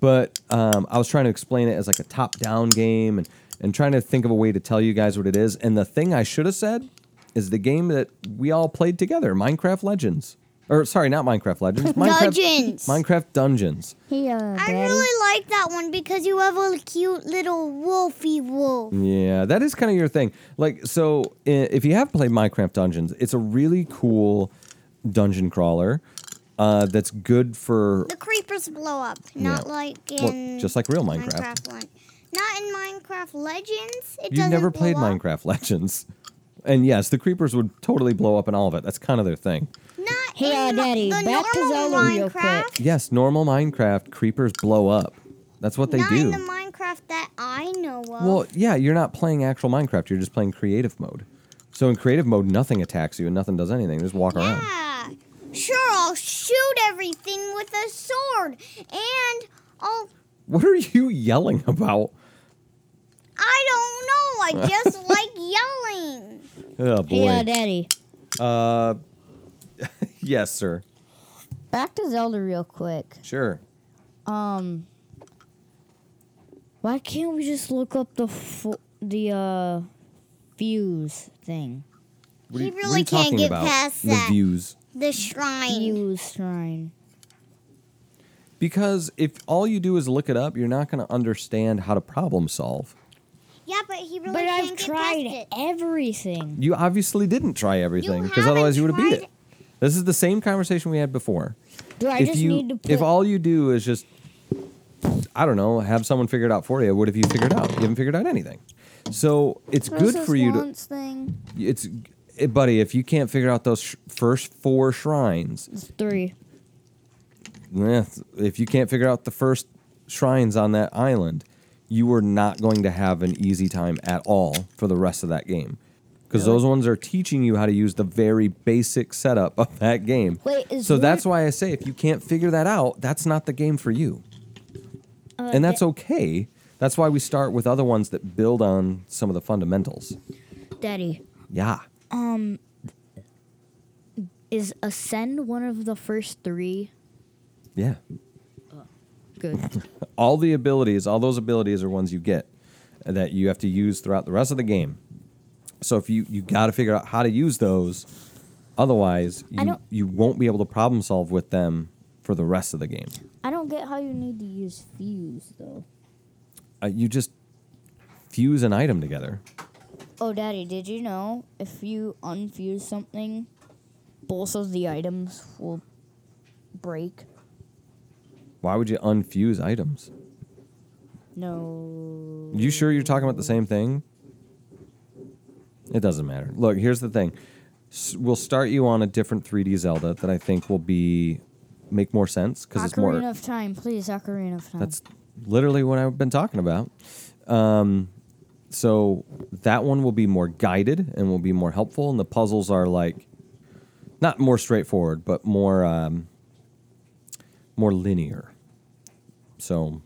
[SPEAKER 1] but um, I was trying to explain it as like a top-down game and and trying to think of a way to tell you guys what it is. And the thing I should have said is the game that we all played together, Minecraft Legends, or sorry, not Minecraft Legends, Minecraft
[SPEAKER 2] Dungeons.
[SPEAKER 1] Minecraft Dungeons.
[SPEAKER 3] Hey, uh,
[SPEAKER 2] I
[SPEAKER 3] Daddy.
[SPEAKER 2] really like that one because you have a cute little wolfy
[SPEAKER 1] Mm.
[SPEAKER 2] wolf.
[SPEAKER 1] Yeah, that is kind of your thing. Like, so i- if you have played Minecraft Dungeons, it's a really cool dungeon crawler uh, that's good for
[SPEAKER 2] The creepers blow up, not
[SPEAKER 1] Yeah.
[SPEAKER 2] like
[SPEAKER 1] well,
[SPEAKER 2] in
[SPEAKER 1] just like real Minecraft.
[SPEAKER 2] Minecraft one. Not in Minecraft Legends. It
[SPEAKER 1] You've
[SPEAKER 2] doesn't
[SPEAKER 1] never
[SPEAKER 2] blow
[SPEAKER 1] played
[SPEAKER 2] up.
[SPEAKER 1] Minecraft Legends. And yes, the creepers would totally blow up in all of it. That's kind of their thing.
[SPEAKER 2] Not
[SPEAKER 3] Hey, uh,
[SPEAKER 2] in
[SPEAKER 3] Daddy,
[SPEAKER 2] the
[SPEAKER 3] back to
[SPEAKER 2] normal
[SPEAKER 3] Zelda real quick.
[SPEAKER 2] Minecraft.
[SPEAKER 1] Yes, normal Minecraft creepers blow up. That's what they
[SPEAKER 2] not in
[SPEAKER 1] do.
[SPEAKER 2] the Minecraft that I know of.
[SPEAKER 1] well, yeah, you're not playing actual Minecraft. You're just playing creative mode. So in creative mode, nothing attacks you and nothing does anything. You just walk around.
[SPEAKER 2] yeah. Sure, I'll shoot everything with a sword, and I'll.
[SPEAKER 1] What are you yelling about?
[SPEAKER 2] I don't know. I just like yelling.
[SPEAKER 1] Oh
[SPEAKER 3] Hey, uh,
[SPEAKER 1] boy.
[SPEAKER 3] Daddy.
[SPEAKER 1] Uh, yes, sir.
[SPEAKER 3] Back to Zelda real quick.
[SPEAKER 1] Sure.
[SPEAKER 3] Um, why can't we just look up the fo- the uh views thing?
[SPEAKER 1] What
[SPEAKER 2] He
[SPEAKER 1] are you- what are
[SPEAKER 2] really
[SPEAKER 1] you
[SPEAKER 2] can't
[SPEAKER 1] talking
[SPEAKER 2] get
[SPEAKER 1] about?
[SPEAKER 2] past
[SPEAKER 1] the
[SPEAKER 2] that.
[SPEAKER 1] views.
[SPEAKER 2] The shrine.
[SPEAKER 3] Views shrine.
[SPEAKER 1] Because if all you do is look it up, you're not going to understand how to problem solve.
[SPEAKER 2] Yeah, but he really
[SPEAKER 3] But
[SPEAKER 2] can't
[SPEAKER 3] I've
[SPEAKER 2] get
[SPEAKER 3] tried
[SPEAKER 2] past it.
[SPEAKER 3] everything.
[SPEAKER 1] You obviously didn't try everything because
[SPEAKER 2] haven't
[SPEAKER 1] otherwise you would have beat
[SPEAKER 2] tried-
[SPEAKER 1] it. This is the same conversation we had before.
[SPEAKER 3] Do I
[SPEAKER 1] if
[SPEAKER 3] just
[SPEAKER 1] you
[SPEAKER 3] need to put?
[SPEAKER 1] if all you do is just I don't know, have someone figure it out for you, what have you figured out? You haven't figured out anything. So it's good for you to
[SPEAKER 3] Thing?
[SPEAKER 1] it's eh, buddy, if you can't figure out those sh- first four shrines,
[SPEAKER 3] It's three.
[SPEAKER 1] eh, if you can't figure out the first shrines on that island, you are not going to have an easy time at all for the rest of that game. Because those ones are teaching you how to use the very basic setup of that game.
[SPEAKER 3] Wait, is
[SPEAKER 1] so
[SPEAKER 3] Lord-
[SPEAKER 1] that's why I say if you can't figure that out, that's not the game for you. and that's okay. That's why we start with other ones that build on some of the fundamentals.
[SPEAKER 3] Daddy,
[SPEAKER 1] Yeah.
[SPEAKER 3] is ascend one of the first three?
[SPEAKER 1] Yeah.
[SPEAKER 3] Good.
[SPEAKER 1] all the abilities, all those abilities are ones you get that you have to use throughout the rest of the game. So if you you got to figure out how to use those, otherwise
[SPEAKER 3] I
[SPEAKER 1] you
[SPEAKER 3] don't-
[SPEAKER 1] you won't be able to problem solve with them for the rest of the game.
[SPEAKER 3] I don't get how you need to use fuse though.
[SPEAKER 1] Uh, you just fuse an item together.
[SPEAKER 3] Oh, Daddy, did you know if you unfuse something, both of the items will break?
[SPEAKER 1] Why would you unfuse items?
[SPEAKER 3] No.
[SPEAKER 1] You sure you're talking about the same thing? It doesn't matter. Look, here's the thing. S- We'll start you on a different 3D Zelda that I think will be make more sense because it's more
[SPEAKER 3] Ocarina of Time, please, Ocarina of Time.
[SPEAKER 1] That's literally what I've been talking about. Um, so that one will be more guided and will be more helpful, and the puzzles are like not more straightforward, but more um, more linear. So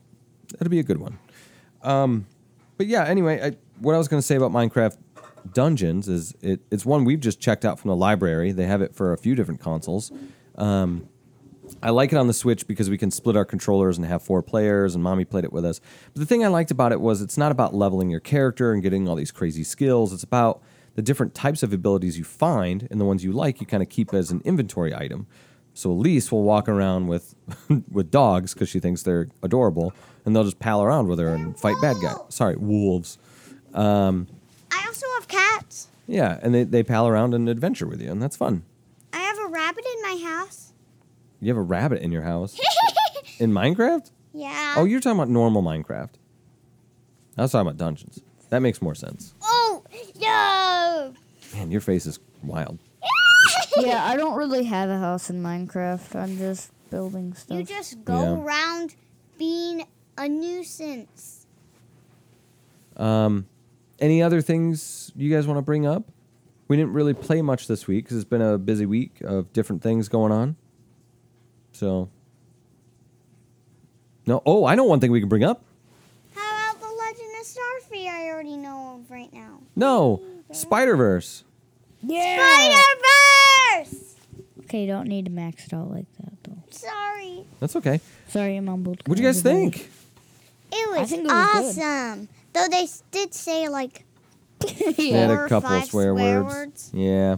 [SPEAKER 1] it'll be a good one. Um, but yeah, anyway, I, what I was going to say about Minecraft Dungeons is it, it's one we've just checked out from the library. They have it for a few different consoles. I like it on the Switch because we can split our controllers and have four players, and mommy played it with us. But the thing I liked about it was it's not about leveling your character and getting all these crazy skills. It's about the different types of abilities you find, and the ones you like, you kind of keep as an inventory item. So Elise will walk around with with dogs because she thinks they're adorable, and they'll just pal around with her and fight bad guys. Sorry, wolves.
[SPEAKER 2] I also have cats.
[SPEAKER 1] Yeah, and they, they pal around and adventure with you, and that's fun.
[SPEAKER 2] I have a rabbit in my house.
[SPEAKER 1] You have a rabbit in your house in Minecraft.
[SPEAKER 2] yeah.
[SPEAKER 1] Oh, you're talking about normal Minecraft. I was talking about dungeons. That makes more sense.
[SPEAKER 2] Oh, no.
[SPEAKER 1] Man, your face is wild.
[SPEAKER 3] yeah, I don't really have a house in Minecraft. I'm just building stuff.
[SPEAKER 2] You just go
[SPEAKER 1] Yeah.
[SPEAKER 2] around being a nuisance.
[SPEAKER 1] Any other things you guys want to bring up? We didn't really play much this week because it's been a busy week of different things going on. So, no. Oh, I know one thing we can bring up.
[SPEAKER 2] How about the Legend of Starfy? I already know of right now.
[SPEAKER 1] No, Spider Verse.
[SPEAKER 3] yeah.
[SPEAKER 2] Spider Verse.
[SPEAKER 3] Okay, you don't need to max it out like that though.
[SPEAKER 2] Sorry,
[SPEAKER 1] That's okay.
[SPEAKER 3] Sorry, I mumbled.
[SPEAKER 1] What do you guys think?
[SPEAKER 2] it
[SPEAKER 3] I
[SPEAKER 2] was,
[SPEAKER 3] think it was good.
[SPEAKER 2] awesome. Though they s- did say like
[SPEAKER 1] They had
[SPEAKER 3] yeah.
[SPEAKER 2] Four
[SPEAKER 1] a
[SPEAKER 2] or
[SPEAKER 1] couple
[SPEAKER 2] five
[SPEAKER 1] swear,
[SPEAKER 2] swear
[SPEAKER 1] words.
[SPEAKER 2] words.
[SPEAKER 1] Yeah,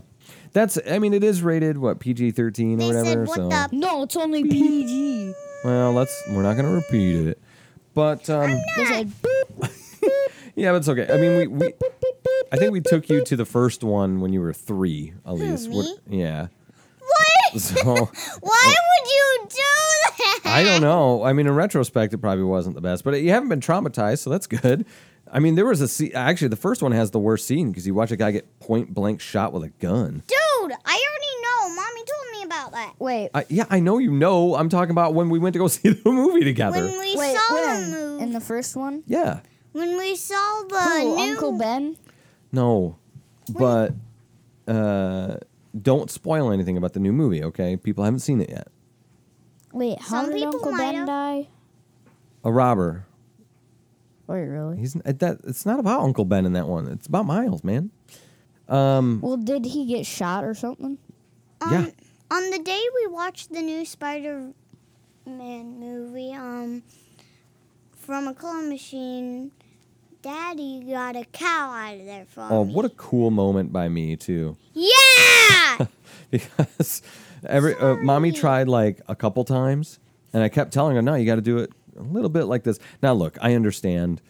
[SPEAKER 1] that's. I mean, it is rated what PG thirteen or
[SPEAKER 2] They said,
[SPEAKER 1] whatever.
[SPEAKER 2] "What
[SPEAKER 1] so
[SPEAKER 2] the
[SPEAKER 3] No, it's only PG.
[SPEAKER 1] Well, let's. We're not going to repeat it, but um,
[SPEAKER 3] They said boop.
[SPEAKER 1] yeah, but it's okay. I mean, we, we I think we took you to the first one when you were three, Elise.
[SPEAKER 2] Who,
[SPEAKER 1] What-
[SPEAKER 2] Oh, me?
[SPEAKER 1] yeah.
[SPEAKER 2] what?
[SPEAKER 1] So
[SPEAKER 2] Why would you do that?
[SPEAKER 1] Oh. I don't know. I mean, in retrospect, it probably wasn't the best, but you haven't been traumatized, so that's good. I mean, there was a scene. Actually, the first one has the worst scene because you watch a guy get point blank shot with a gun.
[SPEAKER 2] Dude, I already know. Mommy told me about that.
[SPEAKER 3] Wait,
[SPEAKER 1] I, yeah, I know you know. I'm talking about when we went to go see the movie together.
[SPEAKER 2] When we
[SPEAKER 3] wait,
[SPEAKER 2] saw
[SPEAKER 3] when?
[SPEAKER 2] the move,
[SPEAKER 3] In the first one?
[SPEAKER 1] yeah.
[SPEAKER 2] when we saw the
[SPEAKER 3] Who,
[SPEAKER 2] new
[SPEAKER 3] Uncle Ben?
[SPEAKER 1] No, but uh, don't spoil anything about the new movie, okay? People haven't seen it yet.
[SPEAKER 3] Wait, how
[SPEAKER 2] Some
[SPEAKER 3] did
[SPEAKER 2] people
[SPEAKER 3] Uncle
[SPEAKER 2] might
[SPEAKER 3] Ben
[SPEAKER 2] have.
[SPEAKER 3] die?
[SPEAKER 1] A robber.
[SPEAKER 3] Wait, really?
[SPEAKER 1] He's uh, that. It's not about Uncle Ben in that one. It's about Miles, man.
[SPEAKER 3] Well, did he get shot or something?
[SPEAKER 2] on,
[SPEAKER 1] yeah.
[SPEAKER 2] on the day we watched the new Spider Man movie, um, from a claw machine, Daddy got a cow out of there for
[SPEAKER 1] Oh,
[SPEAKER 2] me.
[SPEAKER 1] what a cool moment by me too,
[SPEAKER 2] yeah!
[SPEAKER 1] because every uh, mommy
[SPEAKER 2] Sorry.
[SPEAKER 1] tried like a couple times, and I kept telling her, "No, you got to do it a little bit like this." Now, look, I understand.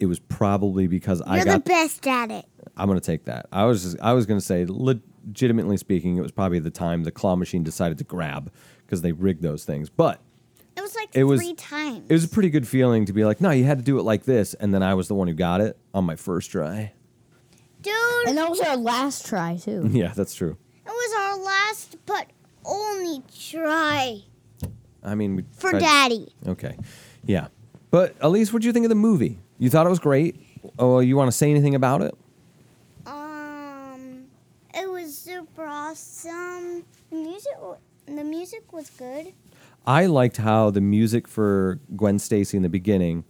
[SPEAKER 1] It was probably because I
[SPEAKER 2] You're
[SPEAKER 1] got
[SPEAKER 2] the best at it.
[SPEAKER 1] I'm gonna take that. I was just, I was gonna say, legitimately speaking, it was probably the time the claw machine decided to grab because they rigged those things. But
[SPEAKER 2] It was like
[SPEAKER 1] It was-
[SPEAKER 2] three times.
[SPEAKER 1] it was a pretty good feeling to be like, no, you had to do it like this, and then I was the one who got it on my first try.
[SPEAKER 2] Dude,
[SPEAKER 3] And that was our last try, too.
[SPEAKER 1] Yeah, that's true.
[SPEAKER 2] it was our last but only try
[SPEAKER 1] I mean, we
[SPEAKER 2] for
[SPEAKER 1] tried-
[SPEAKER 2] Daddy.
[SPEAKER 1] Okay, yeah. But Elise, what would you think of the movie? You thought it was great. Oh, you want to say anything about it?
[SPEAKER 2] Um, it was super awesome. The music, wa- the music was good.
[SPEAKER 1] I liked how the music for Gwen Stacy in the beginning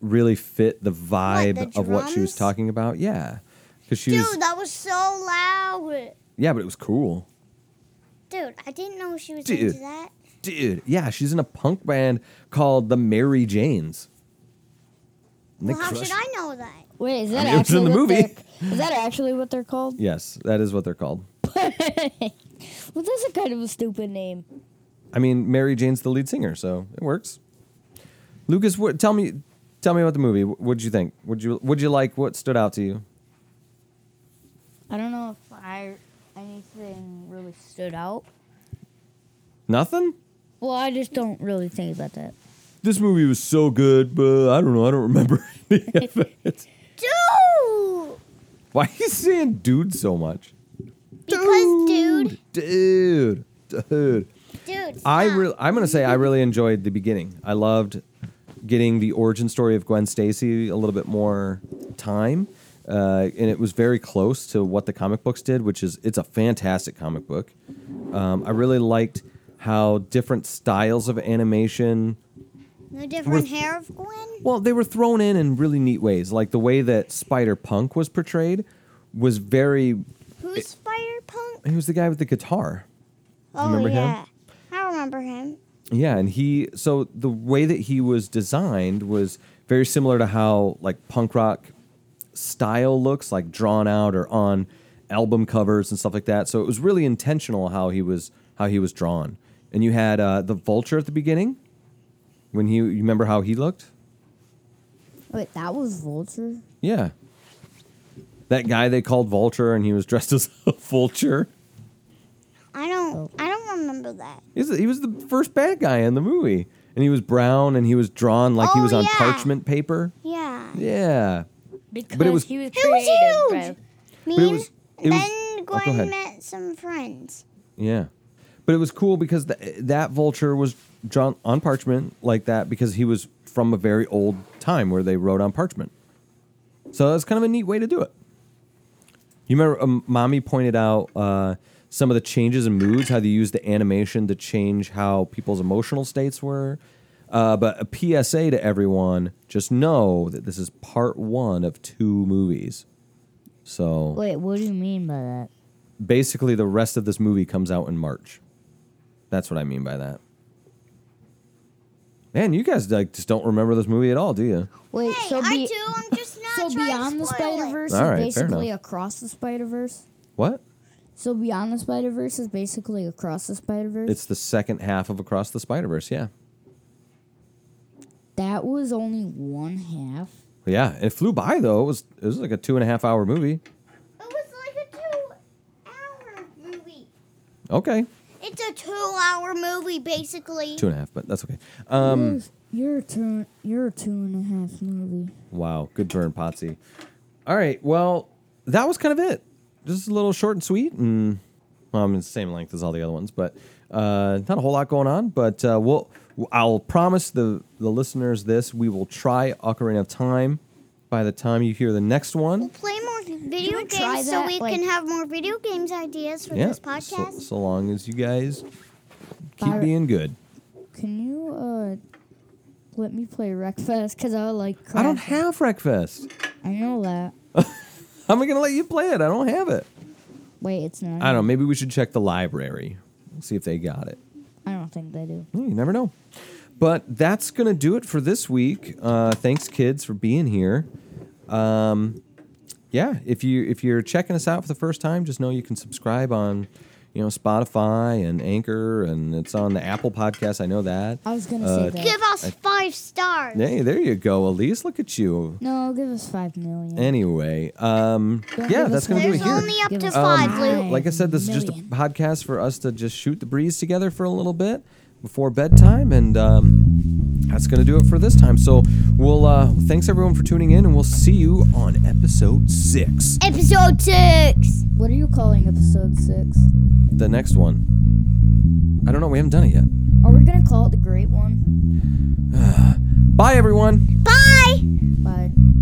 [SPEAKER 1] really fit the vibe
[SPEAKER 2] the
[SPEAKER 1] of what she was
[SPEAKER 2] drums?
[SPEAKER 1] talking about. Yeah, because she
[SPEAKER 2] Dude,
[SPEAKER 1] was.
[SPEAKER 2] that was so loud.
[SPEAKER 1] Yeah, but it was cool.
[SPEAKER 2] Dude, I didn't know she was
[SPEAKER 1] Dude.
[SPEAKER 2] into that.
[SPEAKER 1] Dude, yeah, she's in a punk band called the Mary Janes. And they
[SPEAKER 2] Well, how
[SPEAKER 1] crush-
[SPEAKER 2] should I know that?
[SPEAKER 3] Wait, is that
[SPEAKER 1] mean, it was
[SPEAKER 3] actually
[SPEAKER 1] in the
[SPEAKER 3] what
[SPEAKER 1] movie.
[SPEAKER 3] they're- Is that actually what they're called?
[SPEAKER 1] Yes, that is what they're called.
[SPEAKER 3] well, that's a kind of a stupid name.
[SPEAKER 1] I mean, Mary Jane's the lead singer, so it works. Lucas, what, tell me, tell me about the movie. What would you think? Would you would you like? What stood out to you?
[SPEAKER 3] I don't know if I anything really stood out.
[SPEAKER 1] Nothing.
[SPEAKER 3] Well, I just don't really think about that.
[SPEAKER 1] This movie was so good, but I don't know. I don't remember any of it.
[SPEAKER 2] Dude!
[SPEAKER 1] Why are you saying dude so much?
[SPEAKER 2] Because, dude,
[SPEAKER 1] Dude. Dude.
[SPEAKER 2] dude.
[SPEAKER 1] I
[SPEAKER 2] stop.
[SPEAKER 1] re- I'm gonna say I really enjoyed the beginning. I loved getting the origin story of Gwen Stacy a little bit more time, uh, and it was very close to what the comic books did, which is it's a fantastic comic book. Um, I really liked how different styles of animation
[SPEAKER 2] No different hair of Gwen?
[SPEAKER 1] well, they were thrown in in really neat ways. Like the way that Spider Punk was portrayed was very.
[SPEAKER 2] Who's Spider Punk?
[SPEAKER 1] He was the guy with the guitar.
[SPEAKER 2] Oh,
[SPEAKER 1] remember him?
[SPEAKER 2] yeah. I remember him.
[SPEAKER 1] Yeah, and he so the way that he was designed was very similar to how like punk rock style looks like drawn out or on album covers and stuff like that. So it was really intentional how he was how he was drawn. And you had uh, the vulture at the beginning when he you remember how he looked?
[SPEAKER 3] Wait, that was Vulture.
[SPEAKER 1] Yeah. That guy they called Vulture and he was dressed as a vulture.
[SPEAKER 2] I
[SPEAKER 1] Oh.
[SPEAKER 2] don't I don't remember that.
[SPEAKER 1] He was, he was the first bad guy in the movie. And he was brown and he was drawn like he
[SPEAKER 2] Oh,
[SPEAKER 1] was on
[SPEAKER 2] yeah.
[SPEAKER 1] parchment paper.
[SPEAKER 2] Yeah.
[SPEAKER 1] Yeah.
[SPEAKER 3] Because
[SPEAKER 1] was-
[SPEAKER 3] he was
[SPEAKER 2] He was
[SPEAKER 3] created by
[SPEAKER 2] huge! Me
[SPEAKER 1] it was- it was-
[SPEAKER 2] then
[SPEAKER 1] oh, go
[SPEAKER 2] Gwen
[SPEAKER 1] ahead.
[SPEAKER 2] met some friends.
[SPEAKER 1] Yeah. But it was cool because th- that vulture was drawn on parchment like that because he was from a very old time where they wrote on parchment. So that's kind of a neat way to do it. You remember, um, mommy pointed out uh, some of the changes in moods, how they used the animation to change how people's emotional states were. Uh, but a PSA to everyone: just know that this is part one of two movies. So
[SPEAKER 3] Wait, what do you mean by that?
[SPEAKER 1] basically the rest of this movie comes out in March. That's what I mean by that. Man, you guys like just don't remember this movie at all, do you?
[SPEAKER 3] Wait,
[SPEAKER 2] Hey,
[SPEAKER 3] so
[SPEAKER 2] I
[SPEAKER 3] be,
[SPEAKER 2] do. I'm just not
[SPEAKER 3] so
[SPEAKER 2] trying
[SPEAKER 3] beyond
[SPEAKER 2] to
[SPEAKER 3] the
[SPEAKER 2] spoil
[SPEAKER 3] Spider
[SPEAKER 2] it.
[SPEAKER 3] Verse
[SPEAKER 1] All right, fair
[SPEAKER 3] is basically
[SPEAKER 1] enough.
[SPEAKER 3] across the Spider Verse.
[SPEAKER 1] What?
[SPEAKER 3] So beyond the Spider Verse is basically across the Spider Verse.
[SPEAKER 1] It's the second half of Across the Spider Verse. Yeah,
[SPEAKER 3] that was only one half.
[SPEAKER 1] yeah. It flew by though. It was it was like a two and a half hour movie.
[SPEAKER 2] It was like a two-hour movie.
[SPEAKER 1] Okay,
[SPEAKER 2] It's a two-hour movie, basically.
[SPEAKER 1] two and a half, but that's okay. Um,
[SPEAKER 3] You're a two. You're a two and a half movie.
[SPEAKER 1] Wow, good burn, Potsy. All right, well, that was kind of it. Just a little short and sweet, and well, I'm the same length as all the other ones, but uh, not a whole lot going on. But uh, we'll, I'll promise the the listeners this: we will try Ocarina of Time by the time you hear the next
[SPEAKER 2] We'll
[SPEAKER 1] one.
[SPEAKER 2] play more video
[SPEAKER 3] wanna try
[SPEAKER 2] games so
[SPEAKER 3] that,
[SPEAKER 2] we
[SPEAKER 3] like-
[SPEAKER 2] can have more video games ideas for
[SPEAKER 1] yeah,
[SPEAKER 2] this
[SPEAKER 1] so,
[SPEAKER 2] podcast.
[SPEAKER 1] so long as you guys keep
[SPEAKER 3] Byron-
[SPEAKER 1] being good.
[SPEAKER 3] Can you uh let me play Wreckfest? Cause I would like.
[SPEAKER 1] I don't
[SPEAKER 3] crash it.
[SPEAKER 1] have Wreckfest.
[SPEAKER 3] I know that.
[SPEAKER 1] How am I gonna let you play it? I don't have it.
[SPEAKER 3] Wait, it's not.
[SPEAKER 1] I don't know. Maybe we should check the library, see if they got it.
[SPEAKER 3] I don't think they do.
[SPEAKER 1] Well, You never know. But that's going to do it for this week. Uh, thanks, kids, for being here. Um, yeah, if you if you're checking us out for the first time, just know you can subscribe on, you know, Spotify and Anchor, and it's on the Apple Podcast. I know that.
[SPEAKER 3] I was gonna
[SPEAKER 1] Uh,
[SPEAKER 3] say that.
[SPEAKER 2] Give us five stars.
[SPEAKER 1] Hey, there you go, Elise. Look at you.
[SPEAKER 3] No, give us five million.
[SPEAKER 1] Anyway, um,
[SPEAKER 3] Don't
[SPEAKER 1] yeah,
[SPEAKER 3] give
[SPEAKER 1] that's
[SPEAKER 3] us
[SPEAKER 1] going to do it
[SPEAKER 2] There's
[SPEAKER 1] here.
[SPEAKER 2] only up
[SPEAKER 3] Give
[SPEAKER 2] to
[SPEAKER 3] us
[SPEAKER 2] five,
[SPEAKER 3] five.
[SPEAKER 2] Luke.
[SPEAKER 1] like I said, this is just a
[SPEAKER 3] Million.
[SPEAKER 1] podcast for us to just shoot the breeze together for a little bit before bedtime, and um, that's going to do it for this time. So we'll uh, thanks everyone for tuning in, and we'll see you on episode six,
[SPEAKER 2] Episode six.
[SPEAKER 3] What are you calling episode six?
[SPEAKER 1] the next one. I don't know, we haven't done it yet.
[SPEAKER 3] Are we gonna call it the Great One?
[SPEAKER 1] Bye, everyone.
[SPEAKER 2] Bye.
[SPEAKER 3] Bye.